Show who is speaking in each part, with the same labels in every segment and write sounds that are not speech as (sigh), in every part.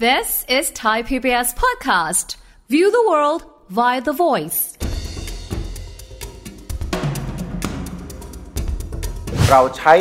Speaker 1: This is Thai PBS Podcast. View the world via the voice.
Speaker 2: เราใช้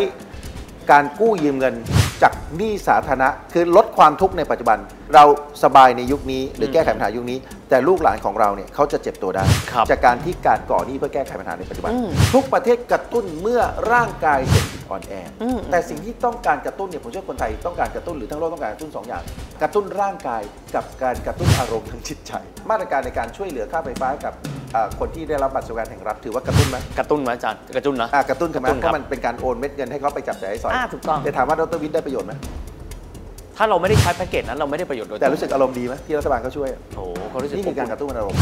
Speaker 2: การกู้ยืมเงินจากหนี้สาธารณะ คือลดความทุกข์ในปัจจุบัน เราสบายในยุคนี้ หรือแก้ไขปัญหายุคนี้ แต่ลูกหลานของเราเนี่ยเขาจะเจ็บตัวได้
Speaker 3: ครับ
Speaker 2: จากการที่การก่อหนี้เพื่อแก้ไขปัญหาในปัจจุบัน ทุกประเทศกระตุ้นเมื่อร่างกายเศรษฐกิจอ่อนแออแต่สิ่งที่ต้องการกระตุ้นเนี่ยผมเชื่อคนไทยต้องการกระตุ้นหรือทั้งโลกต้องการกระตุ้นสองอย่าง กระตุ้นร่างกายกับการกระตุ้นอารมณ์ทางจิตใจ มาตรการในการช่วยเหลือค่าไฟฟ้ากับเอ่อคนที่ได้รับบัตรสวัสดิการแห่งรัฐถือว่ากระตุ้นไหม
Speaker 3: กระตุ้นไหมอาจารย์กระตุ้นนะ
Speaker 2: อ่ะกระตุ้นใช่ไหม
Speaker 3: กระตุ้น
Speaker 2: เพ
Speaker 3: ครับ
Speaker 2: ราะมันเป็นการโอนเม็ดเงินให้เขาไปจับจ่ายใช้สอย
Speaker 3: อ่าถูกต้อง
Speaker 2: แต่ถามว่าดรวิทย์ได้ประโยชน์ไหม
Speaker 3: ถ้าเราไม่ได้ใช้แพ็กเกจนั้นเราไม่ได้ประโยชน์โดย
Speaker 2: แต่รู้สึกอารมณ์ดีไหมที่รัฐบาลเขาช่วยอ่ะ
Speaker 3: โอ้โหเขารู้สึก
Speaker 2: นี่คือการกระตุ้นอารมณ์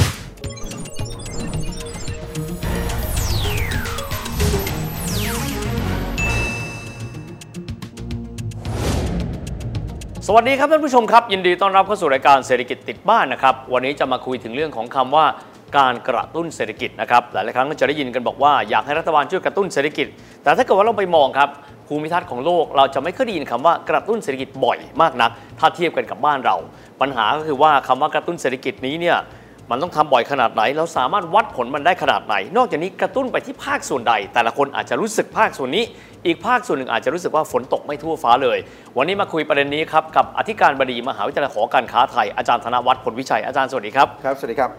Speaker 3: สวัสดีครับท่านผู้ชมครับ ยินดีต้อนรับเข้าสู่รายการเศรษฐกิจติดบ้านนะครับวันนี้จะมาคุยถึงเรื่องของคำว่า การกระตุ้นเศรษฐกิจนะครับหลายๆครั้งก็จะได้ยินกันบอกว่าอยากให้รัฐบาลช่วยกระตุ้นเศรษฐกิจ แต่ถ้าเกิดว่าเราไปมองครับภูมิทัศน์ของโลกเราจะไม่เคยได้ยินคำว่ากระตุ้นเศรษฐกิจบ่อยมากนัก ถ้าเทียบกันกับบ้านเรา ปัญหาก็คือว่าคำว่ากระตุ้นเศรษฐกิจนี้เนี่ย มันต้องทำบ่อยขนาดไหน เราสามารถวัดผลมันได้ขนาดไหน นอกจากนี้กระตุ้นไปที่ภาคส่วนใด แต่ละคนอาจจะรู้สึกภาคส่วนนี้ อีกภาคส่วนหนึ่งอาจจะรู้สึกว่าฝนตกไม่ทั่วฟ้าเลย วันนี้มาคุยประเด็นนี้ครับ กับอธิการบดีมหาวิทยาลัยหอการค้าไทย อาจารย์ธนวัฒน์ผลวิชัย อาจารย์สวัสดีครับ
Speaker 2: ครับ สวัสดีครับ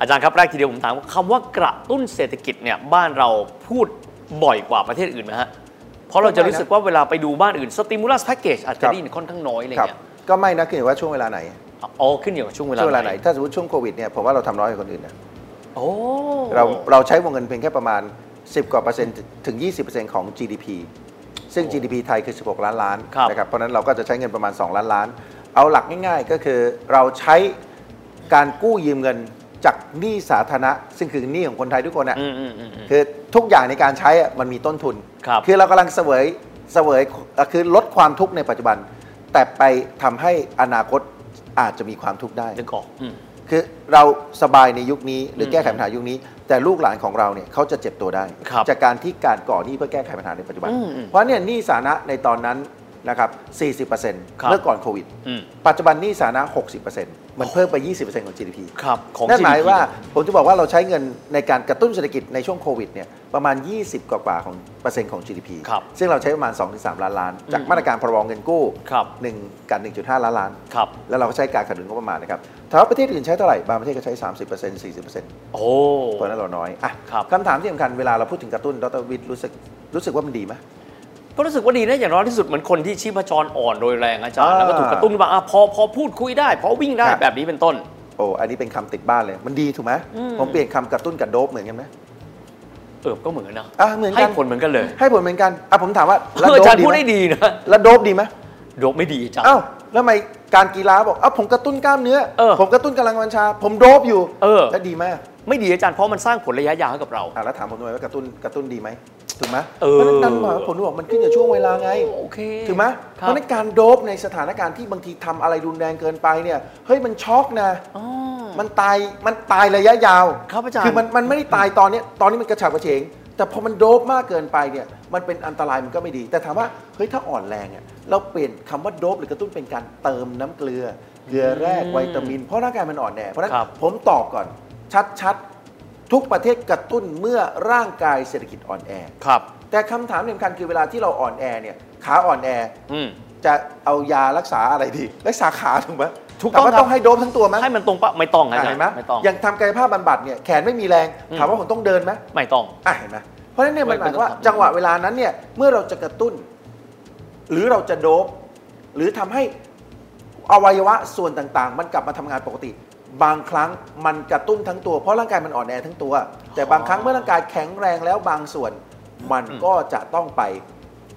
Speaker 3: อาจารย์ครับแรกทีเดียวผมถามว่าคำว่ากระตุ้นเศรษฐกิจเนี่ยบ้านเราพูดบ่อยกว่าประเทศอื่นไหมฮะ เพราะเราจะรู้สึกว่าเวลาไปดูบ้านอื่นสติมูลัสแพ็กเกจอาจจะได้ยินค่อนข้างน้อยอะไร
Speaker 2: ครับ
Speaker 3: เงี้ย
Speaker 2: ก็ไม่นะขึ้นอยู่ว่าช่วงเวลาไหน
Speaker 3: อ๋อขึ้นอยู่กับช่วงเวลา
Speaker 2: ช่วงเวลาไหน ถ้าสมมติช่วงโควิดเนี่ยผมว่าเราทำน้อยกว่าคนอื่นนะ
Speaker 3: โอ้
Speaker 2: เราเราใช้วงเงินเพียงแค่ประมาณ 10 กว่าเปอร์เซ็นต์ถึง 20%ของ GDP ซึ่ง GDP ไทยคือ 16 ล้านล้านนะครับ เพราะฉะนั้นเราก็จะใช้เงินประมาณ 2 ล้านล้าน เอาหลักง่าย ๆ ก็คือเราใช้การกู้ยืมเงินจากหนี้สาธารณะ ซึ่งคือหนี้ของคนไทยทุกคนน่ะ
Speaker 3: อืมอืมอืมอืม
Speaker 2: คือทุกอย่างในการใช้อะมันมีต้นทุน
Speaker 3: ครับ
Speaker 2: อเรากำลังเสวยเสวยเอ่อคือลดความทุกข์ในปัจจุบัน แต่ไปทำให้อนาคตอาจจะมีความทุกข์ได้
Speaker 3: นึกออกอืม
Speaker 2: คือเราสบายในยุคนี้หรืออ
Speaker 3: ม
Speaker 2: แก้ไขปัญหายุคนี้ แต่ลูกหลานของเราเนี่ยเขาจะเจ็บตัวได้
Speaker 3: ครับ
Speaker 2: จากการที่การก่อหนี้เพื่อแก้ไขปัญหาในปัจจุบัน
Speaker 3: อืมอืม
Speaker 2: เพราะเนี่ยหนี้สาธารณะในตอนนั้นนะครับ 40%เ
Speaker 3: ครับ
Speaker 2: มื่อก่อนโควิด
Speaker 3: อืม
Speaker 2: ปัจจุบันหนี้สาธารณะ 60%มันเพิ่มไป 20%ของ GDP
Speaker 3: ครับของ
Speaker 2: นั่นหมาย
Speaker 3: GDP
Speaker 2: ว่าผมจะบอกว่าเราใช้เงินในการกระตุ้นเศรษฐกิจในช่วงโควิดเนี่ยประมาณ 20 กว่ากว่าๆของเปอร์เซ็นต์ของ GDP
Speaker 3: ครับ
Speaker 2: ซึ่งเราใช้ประมาณ 2-3 ล้านล้าน จาก
Speaker 3: อืม
Speaker 2: มาตรการพรบเงินกู้
Speaker 3: ครับ
Speaker 2: หนึ่งกับ1.5 ล้านล้าน
Speaker 3: ครับ
Speaker 2: แล้วเราก็ใช้การขัดดุลงบประมาณนะครับถามว่าประเทศอื่นใช้เท่าไหร่ บางประเทศก็ใช้ 30% 40%
Speaker 3: โอ้
Speaker 2: เพราะฉะนั้นเราน้อยอ่ะ
Speaker 3: ครับ
Speaker 2: คำถามที่สำคัญเวลาเราพูดถึงกระตุ้นดรวิทย์รู้สึกรู้สึกว่ามันดีไหม
Speaker 3: ก็รู้สึกว่าดีนะอย่างน้อยที่สุดเหมือนคนที่ชีพจรอ่อนโดยแรงอาจารย์
Speaker 2: อ่า
Speaker 3: แล้วก็ถูกกระตุ้นว่าอ่ะพอพอพูดคุยได้ พอวิ่งได้
Speaker 2: ครับ
Speaker 3: แบบนี้เป็นต้น
Speaker 2: โอ้อันนี้เป็นคำติดบ้านเลยมันดีถูกไหม
Speaker 3: อืม
Speaker 2: ผมเปลี่ยนคำกระตุ้นกับโดบเหมือนกันไหม
Speaker 3: เออก็เหมือนนะ
Speaker 2: อ่ะเหมือน
Speaker 3: ให้
Speaker 2: กัน
Speaker 3: ผลเหมือนกันเลย
Speaker 2: ให้ผลเหมือนกันอ่ะผมถามว่าแล้ว
Speaker 3: เอออาจารย์
Speaker 2: โดป
Speaker 3: พูด
Speaker 2: ไหม
Speaker 3: ได้ดีนะ
Speaker 2: แล้วโดบดีไหม
Speaker 3: โดบไม่ดีอาจารย์
Speaker 2: อ้าวแล้วทำไมการกีฬาบอกอ้าวผมกระตุ้นกล้ามเนื้อ
Speaker 3: เออ
Speaker 2: ผมกระตุ้นกำลังวังชา ผมโดบอยู่
Speaker 3: เออ
Speaker 2: แล้วดีไหมอ่ะ
Speaker 3: ไม่ดีอาจารย์เพราะมันสร้างผลระยะยาวให้กับเรา
Speaker 2: อ่ะแล้วถามผมทำไมว่ากระตุ้นกระตุ้นดีไหมถูกไหม
Speaker 3: เอ
Speaker 2: พ
Speaker 3: อ
Speaker 2: ราะฉะนั่นหมายว่าผมถึงบอกมันขึ้นกับช่วงเวลาไง
Speaker 3: โอเค
Speaker 2: ถูกไหมเพ
Speaker 3: ครับ
Speaker 2: ราะฉะนั้นการโดบในสถานการณ์ที่บางทีทำอะไรรุนแรงเกินไปเนี่ยเฮ้ยมันช็อกนะ
Speaker 3: อ๋อ
Speaker 2: มันตายมันตายระยะยาว
Speaker 3: ครับอาจารย์
Speaker 2: คือมันมันไม่ได้ตายตอนเนี้ยตอนนี้มันกระฉับกระเฉง แต่พอมันโดบมากเกินไปเนี่ยมันเป็นอันตรายมันก็ไม่ดี แต่ถามว่าเฮ้ยถ้าอ่อนแรงอะเราเปลี่ยนคำว่าโดบหรือกระตุ้นเป็นการเติมน้ำเกลือ เกลือแร่วิตามิน เพราะร่างกายมันอ่อนแอเพราะฉะนั้น
Speaker 3: ครับ
Speaker 2: ผมตอบก่อน ชัดๆ ทุกประเทศกระตุ้นเมื่อร่างกายเศรษฐกิจอ่อนแอ
Speaker 3: ครับ
Speaker 2: แต่คำถามสำคัญคือเวลาที่เราอ่อนแอเนี่ยขาอ่อนแอ
Speaker 3: อืม
Speaker 2: จะเอายารักษาอะไรดี รักษาขาถูกไหม
Speaker 3: ถูกต้อง
Speaker 2: แต่ว่า
Speaker 3: ครับ
Speaker 2: ต้องให้โดบทั้งตัวไหม
Speaker 3: ให้มันตรงปะไม่ต้องอา
Speaker 2: อ่ะ
Speaker 3: จาร
Speaker 2: เห็
Speaker 3: ย์
Speaker 2: นไหม
Speaker 3: ไม่ต้อง
Speaker 2: อย่างทำกายภาพบำบัดเนี่ยแขนไม่มีแรง
Speaker 3: อืม
Speaker 2: ถามว่าผมต้องเดินไหม
Speaker 3: ไม่ต้อง
Speaker 2: อ่ะเห็นไหมเพราะฉะนั้นเนี่ยมันหมา
Speaker 3: ไม่
Speaker 2: ย
Speaker 3: ต้อง
Speaker 2: ว่า
Speaker 3: ครับ
Speaker 2: จังหวะเวลานั้นเนี่ยเมื่อเราจะกระตุ้น หรือเราจะโดบหรือทำให้อวัยวะส่วนต่างๆ มันกลับมาทำงานปกติ บางครั้งมันกระตุ้นทั้งตัวเพราะร่างกายมันอ่อนแอทั้งตัว แต่บางครั้งเมื่อร่างกายแข็งแรงแล้วบางส่วน มันก็จะต้องไป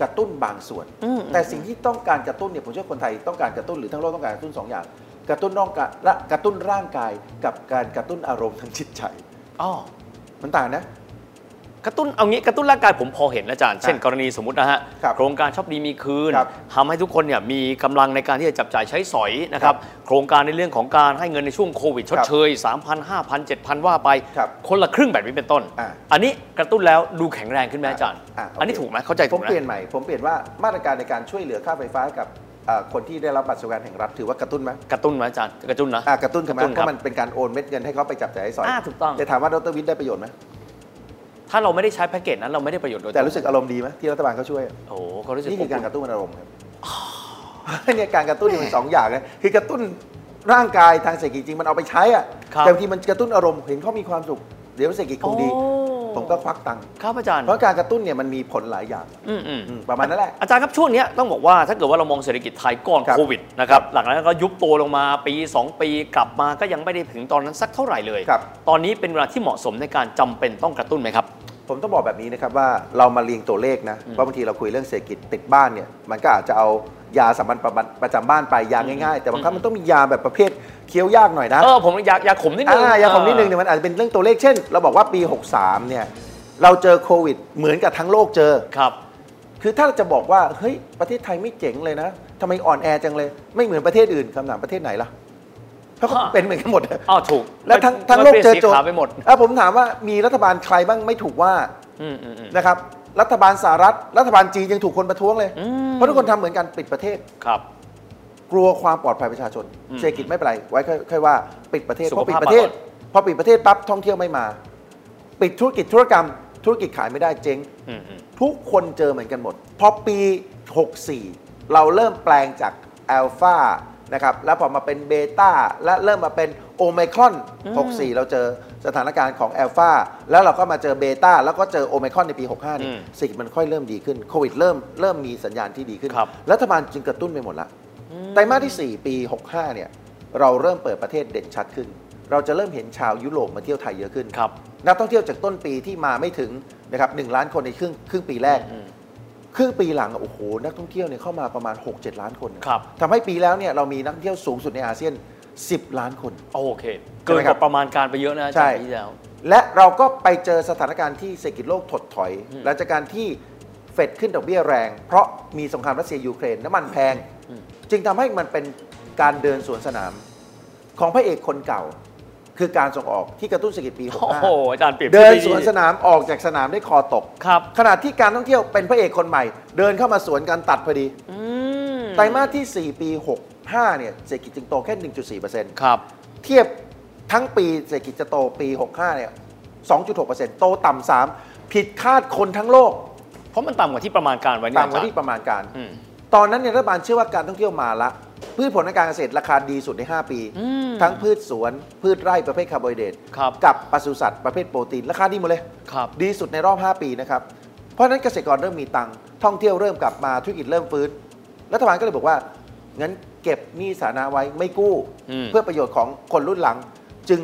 Speaker 2: กระตุ้นบางส่วน แต่สิ่งที่ต้องการกระตุ้นเนี่ยผมเชื่อคนไทยต้องการกระตุ้นหรือทั้งโลกต้องการกระตุ้นสองอย่าง กระตุ้นร่างกายและกระตุ้นร่างกายกับการกระตุ้นอารมณ์ทางจิตใจ
Speaker 3: อ๋อ
Speaker 2: มันต่างนะ
Speaker 3: กระตุ้นเอางี้กระตุ้นร่างกายผมพอเห็นนะอาจารย์ เช่นกรณีสมมตินะฮะ
Speaker 2: ครับ
Speaker 3: โครงการชอบดีมีคืน
Speaker 2: ครับ
Speaker 3: ทำให้ทุกคนเนี่ยมีกำลังในการที่จะจับจ่ายใช้สอยนะครับโครงการในเรื่องของการให้เงินในช่วงโควิดชดเชย 3,000 5,000 7,000 ว่าไป
Speaker 2: ครับ
Speaker 3: คนละครึ่งแบบนี้เป็นต้น
Speaker 2: อ่า
Speaker 3: อันนี้กระตุ้นแล้วดูแข็งแรงขึ้นไหมอาจารย์
Speaker 2: อ่าโอเค
Speaker 3: อันนี้ถูกไหมเข้าใจ
Speaker 2: ผ
Speaker 3: ถู
Speaker 2: ม
Speaker 3: กไหม
Speaker 2: เปลี่ยนใหม่ผมเปลี่ยนว่ามาตรการในการช่วยเหลือค่าไฟฟ้ากับ เอ่อคนที่ได้รับบัตรสวัสดิการแห่งรัฐถือว่ากระตุ้นไหม
Speaker 3: กระตุ้นไหมอาจารย์กระตุ้นนะ
Speaker 2: อ่ะกระตุ้นใช่ไหม
Speaker 3: กระตุ้น
Speaker 2: เพ
Speaker 3: ครับ
Speaker 2: ราะมันเป็นการโอนเม็ดเงินให้เขาไปจับจ่ายใช้สอย
Speaker 3: อ่าถูกต้อง
Speaker 2: แต่ถามว่าดรวิทย์ได้ประโยชน์ไหม
Speaker 3: ถ้าเราไม่ได้ใช้แพ็กเกจนั้นเราไม่ได้ประโยชน์โดย
Speaker 2: แต่รู้สึกอารมณ์ดีไหมที่รัฐบาลเขาช่วย
Speaker 3: โอ้โหก็รู้สึก
Speaker 2: นี่คือการกระ
Speaker 3: น
Speaker 2: ตุ้นอารมณ์ครับเนี่ยการกระตุ้นเนี่ยมันสองอย่างเลยคือกระตุ้นร่างกายทางเศรษฐกิจจริงมันเอาไปใช้อะแต่บางทีมันกระตุ้นอารมณ์เห็นเขามีความสุขเดี๋ยวเศรษฐกิจคงดี
Speaker 3: โอ้
Speaker 2: ผมก็ควักตังค์
Speaker 3: ครับอาจารย์
Speaker 2: เพราะการกระตุ้นเนี่ยมันมีผลหลายอย่าง
Speaker 3: อืมอืม
Speaker 2: อืมประมาณนั้นแหละ
Speaker 3: อาจารย์ครับช่วงเนี้ยต้องบอกว่าถ้าเกิดว่าเรามองเศรษฐกิจไทยก่อน
Speaker 2: ครับ
Speaker 3: โควิดนะครับหลังจากนั้นก็ยุบตัวลงมาปี 2 ปีกลับมาก็ยังไม่ได้ถึงตอนนั้นสักเท่าไหร่เลย
Speaker 2: ครับ
Speaker 3: ตอนนี้เป็นเวลาที่เหมาะสมในการจำเป็นต้องกระตุ้นไหมครับ
Speaker 2: ผมต้องบอกแบบนี้นะครับว่าเรามาเรียงตัวเลขนะเพราะบางทีเราคุยเรื่องเศรษฐกิจติดบ้านเนี่ยมันก็อาจจะเอายาสามัญประบันประจำบ้านไปยาง่ายๆ แต่บางครั้งมันต้องมียาแบบประเภทเคี้ยวยากหน่อยนะ
Speaker 3: เออผมอยากอยากขมนิดนึง
Speaker 2: อ่าอย่างผมนิดนึงเนี่ยมันอาจจะเป็นเรื่องตัวเลขเช่น เราบอกว่าปี 63 เนี่ย เราเจอโควิดเหมือนกับทั้งโลกเจอ
Speaker 3: ครับ
Speaker 2: คือถ้าเราจะบอกว่า เฮ้ย ประเทศไทยไม่เจ๋งเลยนะทำไมอ่อนแอจังเลย ไม่เหมือนประเทศอื่นคำถามประเทศไหนล่ะเพราะเขา
Speaker 3: ฮะ
Speaker 2: เป็นเหมือนกันหมด
Speaker 3: (laughs) อ้าวถูก
Speaker 2: แล้วทั้ง
Speaker 3: มัน
Speaker 2: ทั้งโลกเจอ
Speaker 3: มันปลี่ยนสี
Speaker 2: โจท
Speaker 3: ขาว
Speaker 2: ย์
Speaker 3: ไปหมด
Speaker 2: อ่ะผมถามว่ามีรัฐบาลใครบ้างไม่ถูกว่า
Speaker 3: อืมอืมอืม
Speaker 2: นะครับรัฐบาลสหรัฐ รัฐบาลจีนยังถูกคนประท้วงเลย
Speaker 3: อืม
Speaker 2: เพราะทุกคนทำเหมือนกันปิดประเทศ
Speaker 3: ครับ
Speaker 2: กลัวความปลอดภัยประชาชน
Speaker 3: อืม
Speaker 2: เศรษฐกิจไม่เป็นไรไว้ค่อยค่อยว่าปิดประเทศ
Speaker 3: สุ
Speaker 2: พ
Speaker 3: ข
Speaker 2: อปิด
Speaker 3: ภาพ
Speaker 2: ประเทศ
Speaker 3: มาก่
Speaker 2: พอปิดประเทศปั๊บท่องเที่ยวไม่มา ปิดธุรกิจธุรกรรม ธุรกิจขายไม่ได้เจ๊ง
Speaker 3: อืมอืม
Speaker 2: ทุกคนเจอเหมือนกันหมด พอปี 64 เราเริ่มแปลงจากอัลฟานะครับแล้วพอมาเป็นเบต้าและเริ่มมาเป็นโอไมครอน 64 เราเจอสถานการณ์ของอัลฟาแล้วเราก็มาเจอเบต้าแล้วก็เจอโอไมครอนในปี 65นี่เศรษฐกิจมันค่อยเริ่มดีขึ้นโควิดเริ่มเริ่มมีสัญญาณที่ดีขึ้น รัฐบาลจึงกระตุ้นไปหมดละ ไตรมาสที่ 4 ปี 65 เนี่ย เราเริ่มเปิดประเทศเด่นชัดขึ้น เราจะเริ่มเห็นชาวยุโรปมาเที่ยวไทยเยอะขึ้น
Speaker 3: ครับ
Speaker 2: นักท่องเที่ยวจากต้นปีที่มาไม่ถึงนะครับหนึ่งล้านคนในครึ่งครึ่งปีแรก
Speaker 3: อืม
Speaker 2: ครึ่งปีหลังอะโอ้โห นักท่องเที่ยวเนี่ยเข้ามาประมาณ 6-7 ล้านคนนะครับ ทำให้ปีแล้วเนี่ยเรามีนักท่องเที่ยวสูงสุดในอาเซียน 10 ล้านคน
Speaker 3: โอเค
Speaker 2: ใช่
Speaker 3: เกิ
Speaker 2: ไหม
Speaker 3: น
Speaker 2: ค
Speaker 3: ก
Speaker 2: รับ
Speaker 3: ว่าประมาณการไปเยอะนะอา
Speaker 2: ใช่
Speaker 3: จารย์ที่แล้ว
Speaker 2: และเราก็ไปเจอสถานการณ์ที่เศรษฐกิจโลกถดถอยหลังจากการที่เฟดขึ้นดอกเบี้ยแรง เพราะมีสงครามรัสเซียยูเครนน้ำมันแพง
Speaker 3: อืม
Speaker 2: จึงทำให้มันเป็นการเดินสวนสนามของพระเอกคนเก่า คือการส่งออกที่กระตุ้นเศรษฐกิจปี
Speaker 3: โอ้โห
Speaker 2: 65
Speaker 3: อาจารย์เปรียบ
Speaker 2: เดิน
Speaker 3: ทียบ
Speaker 2: สวนสนามออกจากสนามได้คอตก
Speaker 3: ครับ
Speaker 2: ขณะที่การท่องเที่ยวเป็นพระเอกคนใหม่ เดินเข้ามาสวนกันตัดพอดี
Speaker 3: อืม
Speaker 2: ไตรมาสที่ 4 ปี 65 เนี่ยเศรษฐกิจจึงโตแค่ 1.4%เ
Speaker 3: ครับ
Speaker 2: เทียบทั้งปีเศรษฐกิจจะโตปี 65 เนี่ย 2.6%โตต่ำสามผิดคาดคนทั้งโลก
Speaker 3: เพราะมันต่ำกว่าที่ประมาณการไว้นี่
Speaker 2: ตามกว่า
Speaker 3: อจร
Speaker 2: ที่
Speaker 3: ย์
Speaker 2: ประมาณการ
Speaker 3: อืม
Speaker 2: ตอนนั้นเนี่ยรัฐบาลเชื่อว่าการท่องเที่ยวมาละพืชผลทางการเกษตรราคาดีสุดใน 5 ปี
Speaker 3: อืม
Speaker 2: ทั้งพืชสวน พืชไร่ประเภทคาร์โบไฮเดรต
Speaker 3: ครับ
Speaker 2: กับปศุสัตว์ประเภทโปรตีน ราคาดีหมดเลย
Speaker 3: ครับ
Speaker 2: ดีสุดในรอบ 5 ปีนะครับ เพราะฉะนั้นเกษตรกรเริ่มมีตังค์ท่องเที่ยวเริ่มกลับมาธุรกิจเริ่มฟื้น รัฐบาลก็เลยบอกว่า งั้นเก็บหนี้สาธารณะไว้ไม่กู้
Speaker 3: อืม
Speaker 2: เพื่อประโยชน์ของคนรุ่นหลัง จึง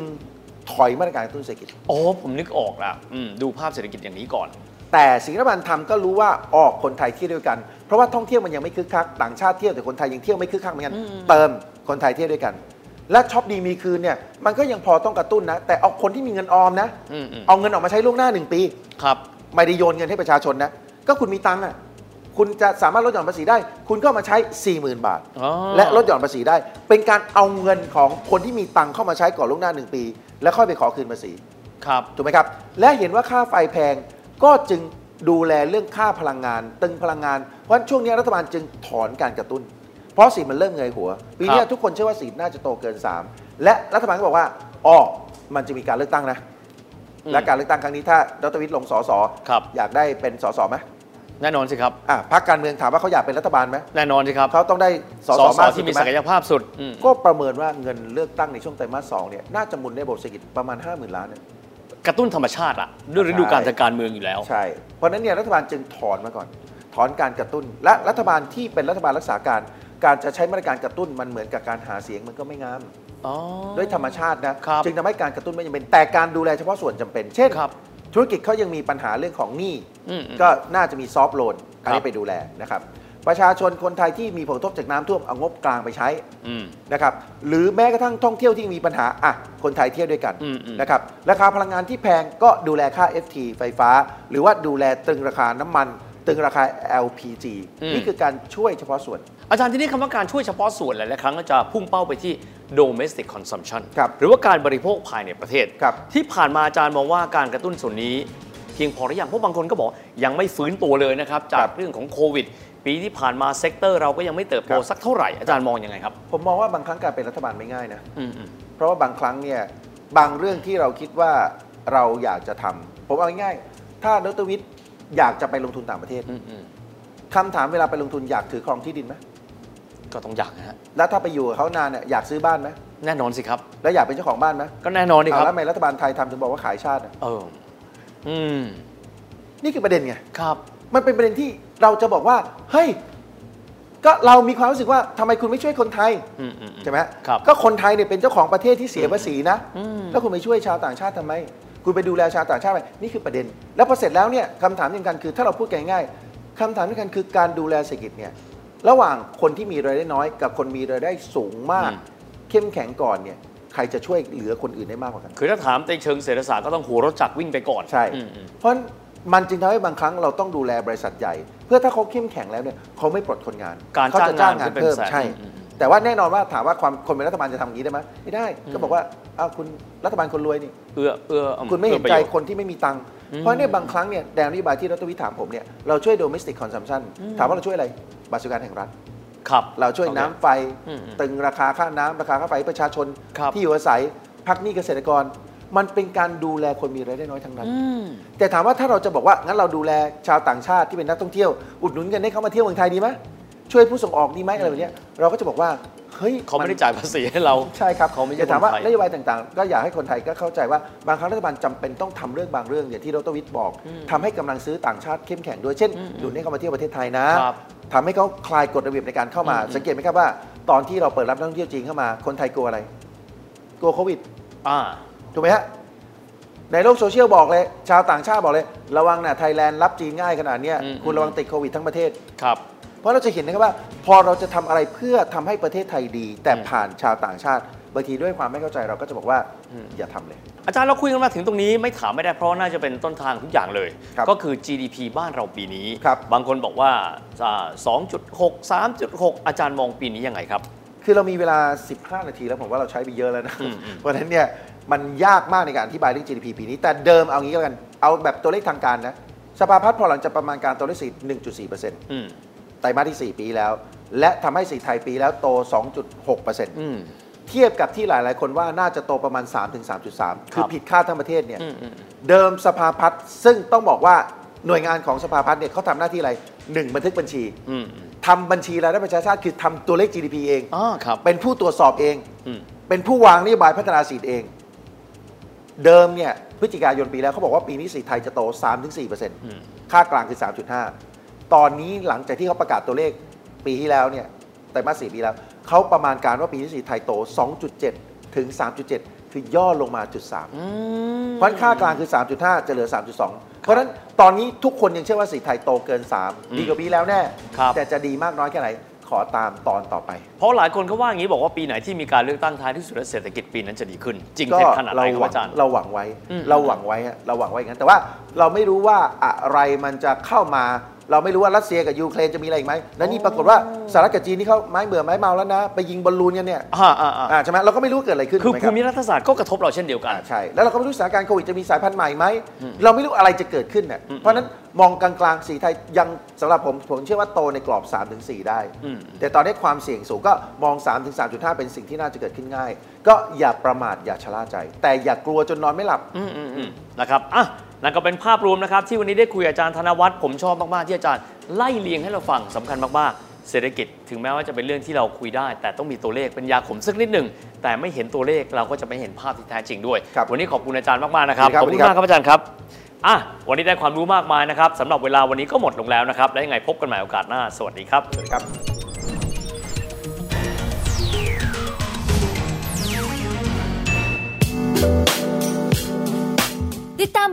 Speaker 2: ถอยมาตรการกระตุ้นเศรษฐกิจ
Speaker 3: โอ้ผมนึกออกละอืมดูภาพเศรษฐกิจอย่างนี้ก่อน
Speaker 2: แต่สิ่งที่รัฐบาลทำก็รู้ว่าออกคนไทยเที่ยวด้วยกัน เพราะว่าท่องเที่ยวมันยังไม่คึกคักต่างชาติเที่ยวแต่คนไทยยังเที่ยวไม่คึกคักเหมือนกันเติมคนไทยเที่ยวด้วยกัน และช็อปดีมีคืนเนี่ยมันก็ยังพอต้องกระตุ้นนะแต่เอาคนที่มีเงินออมนะ
Speaker 3: อืมอืม
Speaker 2: เอาเงินออกมาใช้ล่วงหน้าหนึ่งปี
Speaker 3: ครับ
Speaker 2: ไม่ได้โยนเงินให้ประชาชนนะ ก็คุณมีตังค์อ่ะ คุณจะสามารถลดหย่อนภาษีได้ คุณก็เอามาใช้ 40,000 บาท
Speaker 3: อ๋อ
Speaker 2: และลดหย่อนภาษีได้ เป็นการเอาเงินของคนที่มีตังค์เข้ามาใช้ก่อนล่วงหน้า 1 ปี แล้วค่อยไปขอคืนภาษี
Speaker 3: ครับ
Speaker 2: ถูกไหมครับ และเห็นว่าค่าไฟแพง ก็จึงดูแลเรื่องค่าพลังงาน ตึงพลังงาน เพราะฉะนั้นช่วงนี้รัฐบาลจึงถอนการกระตุ้น เพราะสีมันเริ่มเงยหัว ปีนี้
Speaker 3: ครับ
Speaker 2: ทุกคนเชื่อว่าสีน่าจะโตเกิน 3 และรัฐบาลก็บอกว่าอ๋อมันจะมีการเลือกตั้งนะ และการเลือกตั้งครั้งนี้ถ้าดรวิทย์ลงสส
Speaker 3: ครับ
Speaker 2: อยากได้เป็นสสไหม
Speaker 3: แน่นอนสิครับ
Speaker 2: อ่ะพรรคการเมืองถามว่าเขาอยากเป็นรัฐบาลไหม
Speaker 3: แน่นอนสิครับ
Speaker 2: เขาต้องได้สสมากสุด
Speaker 3: ที่มี
Speaker 2: ไห
Speaker 3: ศักยภาพสุดอืม
Speaker 2: ก็ประเมินว่าเงินเลือกตั้งในช่วงไตรมาสสองเนี่ยน่าจะหมุนในระบบเศรษฐกิจประมาณ 5 0,000 ล้านเนี่ย
Speaker 3: กระตุ้นธรรมชาติอ่ะ ด้วยฤดูกาลทางการเมืองอยู่แล้ว
Speaker 2: ใช่ เพราะฉะนั้นเนี่ยรัฐบาลจึงถอนมาก่อน ถอนการกระตุ้น และรัฐบาลที่เป็นรัฐบาลรักษาการ การจะใช้มาตรการกระตุ้นมันเหมือนกับการหาเสียงมันก็ไม่งาม
Speaker 3: อ๋อ
Speaker 2: ด้วยธรรมชาตินะ
Speaker 3: ครับ
Speaker 2: จึงทำให้การกระตุ้นไม่จำเป็น แต่การดูแลเฉพาะส่วนจำเป็น เช่น
Speaker 3: ครับ
Speaker 2: ธุรกิจเขายังมีปัญหาเรื่องของหนี้
Speaker 3: อืม
Speaker 2: ก็น่าจะมีซอฟต์โลนอัน
Speaker 3: ครั
Speaker 2: นี้
Speaker 3: บ
Speaker 2: ไปดูแลนะครับ ประชาชนคนไทยที่มีผลกระทบจากน้ำท่วมเอางบกลางไปใช้
Speaker 3: อืม
Speaker 2: นะครับหรือแม้กระทั่งท่องเที่ยวที่มีปัญหาอ่ะคนไทยเที่ยวด้วยกัน
Speaker 3: อืมอืม
Speaker 2: นะครับราคาพลังงานที่แพงก็ดูแลค่า FT ไฟฟ้า หรือว่าดูแลตรึงราคาน้ำมัน ตรึงราคา LPG
Speaker 3: อืม
Speaker 2: นี่คือการช่วยเฉพาะส่วน
Speaker 3: อาจารย์ที่นี่คำว่าการช่วยเฉพาะส่วนหลายๆครั้งก็จะพุ่งเป้าไปที่ domestic consumption
Speaker 2: ครับ
Speaker 3: หรือว่าการบริโภคภายในประเทศ
Speaker 2: ครับ
Speaker 3: ที่ผ่านมาอาจารย์มองว่าการกระตุ้นส่วนนี้ เพียงพอหรือยังเพราะบางคนก็บอกยังไม่ฟื้นตัวเลยนะครับ จากเรื่องของโควิด ปีที่ผ่านมาเซกเตอร์เราก็ยังไม่เติบโต
Speaker 2: ครับ
Speaker 3: สักเท่าไหร่อาจารย์มองยังไงครับ
Speaker 2: ผมมองว่าบางครั้งการเป็นรัฐบาลไม่ง่ายนะ
Speaker 3: อืมอืม
Speaker 2: เพราะว่าบางครั้งเนี่ยบางเรื่องที่เราคิดว่าเราอยากจะทำผมเอาง่ายๆถ้าดรวิทย์อยากจะไปลงทุนต่างประเทศ
Speaker 3: อืมอืม
Speaker 2: คำถามเวลาไปลงทุนอยากถือครองที่ดินไหม
Speaker 3: ก็ต้องอยากนะฮะ
Speaker 2: แล้วถ้าไปอยู่กับเขานานเนี่ยอยากซื้อบ้านไหม
Speaker 3: แน่นอนสิครับ
Speaker 2: แล้วอยากเป็นเจ้าของบ้านไหม
Speaker 3: ก็แน่นอนดิค
Speaker 2: เอา
Speaker 3: รั
Speaker 2: แล้วทำไม
Speaker 3: บ
Speaker 2: รัฐบาลไทยทำถึงบอกว่าขายชาติอะ
Speaker 3: เออ อืม
Speaker 2: นี่คือประเด็นไง
Speaker 3: ครับ
Speaker 2: มันเป็นประเด็นที่เราจะบอกว่า เฮ้ย ก็เรามีความรู้สึกว่าทำไมคุณไม่ช่วยคนไทย
Speaker 3: อืมอือื
Speaker 2: ใช่ไหม
Speaker 3: ครับ
Speaker 2: ก็คนไทยเนี่ยเป็นเจ้าของประเทศที่เสียภาษีนะ
Speaker 3: อืม
Speaker 2: แล้วคุณไปช่วยชาวต่างชาติทำไม คุณไปดูแลชาวต่างชาติทำไปนี่คือประเด็น แล้วพอเสร็จแล้วเนี่ยคำถามสำคัญคือถ้าเราพูดกันง่ายๆคำถามสำคัญคือการดูแลเศรษฐกิจเนี่ยระหว่างคนที่มีรายได้น้อย กับคนมีรายได้สูงมาก เข้มแข็งก่อนเนี่ยใครจะช่วยเหลือคนอื่นได้มากกว่ากัน
Speaker 3: คือถ้าถามในเชิงเศรษฐศาสตร์ก็ต้องหัวรถจักรวิ่งไปก่อน
Speaker 2: ใช่
Speaker 3: อืมอืม
Speaker 2: เพราะมันจึงทำให้บางครั้งเราต้องดูแลบริษัทใหญ่ เพื่อถ้าเขาเข้มแข็งแล้วเนี่ยเขาไม่ปลดคนงาน
Speaker 3: การ
Speaker 2: เข
Speaker 3: จ้าง
Speaker 2: จะ
Speaker 3: งานเป็น
Speaker 2: เพิ่ม
Speaker 3: แสน
Speaker 2: ใช่
Speaker 3: อืมอืม
Speaker 2: แต่ว่าแน่นอนว่าถามว่าความคนเป็นรัฐบาลจะทำอย่างนี้ได้ไหมไม่ได้ก็บอกว่าอ้าวคุณรัฐบาลคนรวยนี่
Speaker 3: เอื้อเอื้ออื
Speaker 2: คุณไม่เห็น
Speaker 3: อื้อประ
Speaker 2: ใจ
Speaker 3: โยชน์
Speaker 2: คนที่ไม่มีตังค์
Speaker 3: อืม
Speaker 2: เพราะเนี่ยบางครั้งเนี่ยแดนนโยบายที่รัฐวิถามผมเนี่ยเราช่วย domestic consumption ถามว่าเราช่วยอะไรบัตรสวัสดิการแห่งรัฐ
Speaker 3: ครับ
Speaker 2: เราช่วยน้ำไฟ
Speaker 3: อืมอืม
Speaker 2: ตึงราคาค่าน้ำราคาค่าไฟประชาชน
Speaker 3: ครับ
Speaker 2: ที่อยู่อาศัยพักหนี้เกษตรกร มันเป็นการดูแลคนมีรายได้น้อยทั้งนั้น
Speaker 3: อืม
Speaker 2: แต่ถามว่าถ้าเราจะบอกว่า งั้นเราดูแลชาวต่างชาติที่เป็นนักท่องเที่ยว อุดหนุนกันให้เขามาเที่ยวเมืองไทยดีไหมช่วยผู้ส่งออกดีไหมอะไรแบบเนี้ยเราก็จะบอกว่าเฮ้ย
Speaker 3: เขาไม่ได้
Speaker 2: น
Speaker 3: จ่ายภาษีให้เรา
Speaker 2: ใช่ครับ
Speaker 3: เขาไม่ใช่
Speaker 2: แต่ถามว่า
Speaker 3: คนไทย
Speaker 2: นโยบายต่างๆ ก็อยากให้คนไทยก็เข้าใจว่าบางครั้งรัฐบาลจำเป็นต้องทำเรื่องบางเรื่องอย่างที่ดรวิทย์บอกทำให้กำลังซื้อต่างชาติเข้มแข็งด้วยเช่นหนุนให้เขามาเที่ยวประเทศไทยนะครับ ทำให้เขาคลายกฎระเบียบในการเข้ามา สังเกตไหมครับว่า ตอนที่เราเปิดรับนักท่องเที่ยวจีนเข้ามาคนไทยกลัวอะไร กลัวโควิด
Speaker 3: ่า
Speaker 2: ถูกไหมฮะ ในโลกโซเชียลบอกเลย ชาวต่างชาติบอกเลย ระวังนะไทยแลนด์รับจีนง่ายขนาดเนี้ย
Speaker 3: อืม
Speaker 2: คุณระวังติดโควิดทั้งประเทศ
Speaker 3: ครับ
Speaker 2: เพราะเราจะเห็นนะครับว่า พอเราจะทำอะไรเพื่อทำให้ประเทศไทยดี แต่
Speaker 3: อืม
Speaker 2: ผ่านชาวต่างชาติบางทีด้วยความไม่เข้าใจเราก็จะบอกว่าอย่าทำเลย
Speaker 3: อาจารย์เราคุยกันมาถึงตรงนี้ไม่ถามไม่ได้เพราะน่าจะเป็นต้นทางทุกอย่างเลย
Speaker 2: ครับ
Speaker 3: ก็คือ GDP บ้านเราปีนี้
Speaker 2: ครับ
Speaker 3: บางคนบอกว่าอ่า2.6 3.6 อาจารย์มองปีนี้ยังไงครับ
Speaker 2: คือเรามีเวลา 15 นาทีแล้วผมว่าเราใช้ไปเยอะแล้วนะ
Speaker 3: อืมอืม
Speaker 2: เพราะฉะนั้นเนี่ยมันยากมากในการอธิบายเรื่อง GDP ปีนี้ แต่เดิมเอางี้ก็แล้วกันเอาแบบตัวเลขทางการนะสภาพัฒน์พอหลังจะประมาณการตัวเลขสี่1.4%
Speaker 3: อืม
Speaker 2: ไตรมาสที่ 4 ปีแล้ว และทำให้เศรษฐกิจไทยปีแล้วโต 2.6%
Speaker 3: อืม
Speaker 2: เทียบกับที่หลาย ๆ คนว่าน่าจะโตประมาณ 3-3.3 คือ
Speaker 3: ครับ
Speaker 2: ผิดคาดทั้งประเทศเนี่ย
Speaker 3: อืมอืม
Speaker 2: เดิมสภาพัฒน์ซึ่งต้องบอกว่าหน่วยงานของสภาพัฒน์เนี่ยเขาทำหน้าที่อะไร 1 บันทึกบัญชี
Speaker 3: อืมอืม
Speaker 2: ทำบัญชีรายได้ประชาชาติคือทำตัวเลข GDP เอง
Speaker 3: อ่าครับ
Speaker 2: เป็นผู้ตรวจสอบเอง
Speaker 3: อืม
Speaker 2: เป็นผู้วางนโยบายพัฒนาเศรษฐกิจเอง เดิมเนี่ยพฤศจิกายนปีแล้วเขาบอกว่าปีนี้เศรษฐกิจไทยจะโต
Speaker 3: ม
Speaker 2: 3-4%ค่ากลางคือ 3.5 ตอนนี้หลังจากที่เขาประกาศตัวเลขปีที่แล้วเนี่ยไตรมาสสี่ปีแล้ว เขาประมาณการว่าปีนี้เศรษฐกิจไทยโต 2.7 ถึง 3.7 คือย่อลงมาจุดสาม
Speaker 3: อืม
Speaker 2: เพราะฉะนั้นค่ากลางคือ 3.5 จะเหลือ 3.2 เพราะฉะนั้นตอนนี้ทุกคนยังเชื่อว่าเศรษฐกิจไทยโตเกิน
Speaker 3: อืม
Speaker 2: 3 ดีกว่าปีแล้วแน่
Speaker 3: ครับ
Speaker 2: แต่จะดีมากน้อยแค่ไหนขอตามตอนต่อไป
Speaker 3: เพราะหลายคนเขาว่าอย่างนี้บอกว่าปีไหนที่มีการเลือกตั้งท้ายที่สุดแล้วเศรษฐกิจปีนั้นจะดีขึ้น จริง
Speaker 2: ก็
Speaker 3: เท็จขนาดไหน
Speaker 2: เรา
Speaker 3: ครั
Speaker 2: ห
Speaker 3: บ
Speaker 2: วัง
Speaker 3: อาจารย์
Speaker 2: เราหวังไว้
Speaker 3: อืม
Speaker 2: เราหวังไว้ฮะเราหวังไว้อย่างนั้นแต่ว่าเราไม่รู้ว่าอะไรมันจะเข้ามา เราไม่รู้ว่ารัสเซียกับยูเครนจะมีอะไรอีกไหมและนี่ปรากฏว่าสหรัฐกับจีนนี่เขาไม้เบื่อไม้เมาแล้วนะ ไปยิงบอลลูนกันเนี่ย
Speaker 3: อ่าอ่าอ่า
Speaker 2: อ่าใช่ไหมเราก็ไม่รู้เกิดอะไรขึ้น
Speaker 3: คือ
Speaker 2: ถูกไห
Speaker 3: ภู
Speaker 2: รับ
Speaker 3: มิรัฐศาสตร์ก็กระทบเราเช่นเดียวกัน
Speaker 2: อ่าใช่แล้วเราก็ไม่รู้สถานการณ์โควิดจะมีสายพันธุ์ใหม่ไหมเราไม่รู้อะไรจะเกิดขึ้นเนี่ยเพราะฉะนั้นมองกลางๆสีไทยยังสำหรับผมผมเชื่อว่าโตในกรอบ 3-4 ได้
Speaker 3: อืม
Speaker 2: แต่ตอนนี้ความเสี่ยงสูงก็มอง 3-3.5 เป็นสิ่งที่น่าจะเกิดขึ้นง่าย ก็อย่าประมาทอย่าชะล่าใจ แต่อย่ากลัวจนนอนไม่หลับ
Speaker 3: อืมอืมอืมนะครับอ่ะนั่นก็เป็นภาพรวมนะครับ ที่วันนี้ได้คุยอาจารย์ธนวัฒน์ผมชอบมาก ๆ ที่อาจารย์ไล่เลียงให้เราฟังสำคัญมาก ๆ เศรษฐกิจถึงแม้ว่าจะเป็นเรื่องที่เราคุยได้ แต่ต้องมีตัวเลขเป็นยาขมสักนิดหนึ่งแต่ไม่เห็นตัวเลขเราก็จะไม่เห็นภาพที่แท้จริงด้วย
Speaker 2: ครับ
Speaker 3: วันนี้ขอบคุณอาจารย์มาก ๆ นะครับ
Speaker 2: ครับ
Speaker 3: ขอบคุณมากครับอาจารย์ครับอ่ะวันนี้ได้ความรู้มากมายนะครับสำหรับเวลาวันนี้ก็หมดลงแล้วนะครับและยังไงพบกันใหม่โอกาสหน้าสวัสดีครับ
Speaker 2: ครับ
Speaker 4: ติดตาม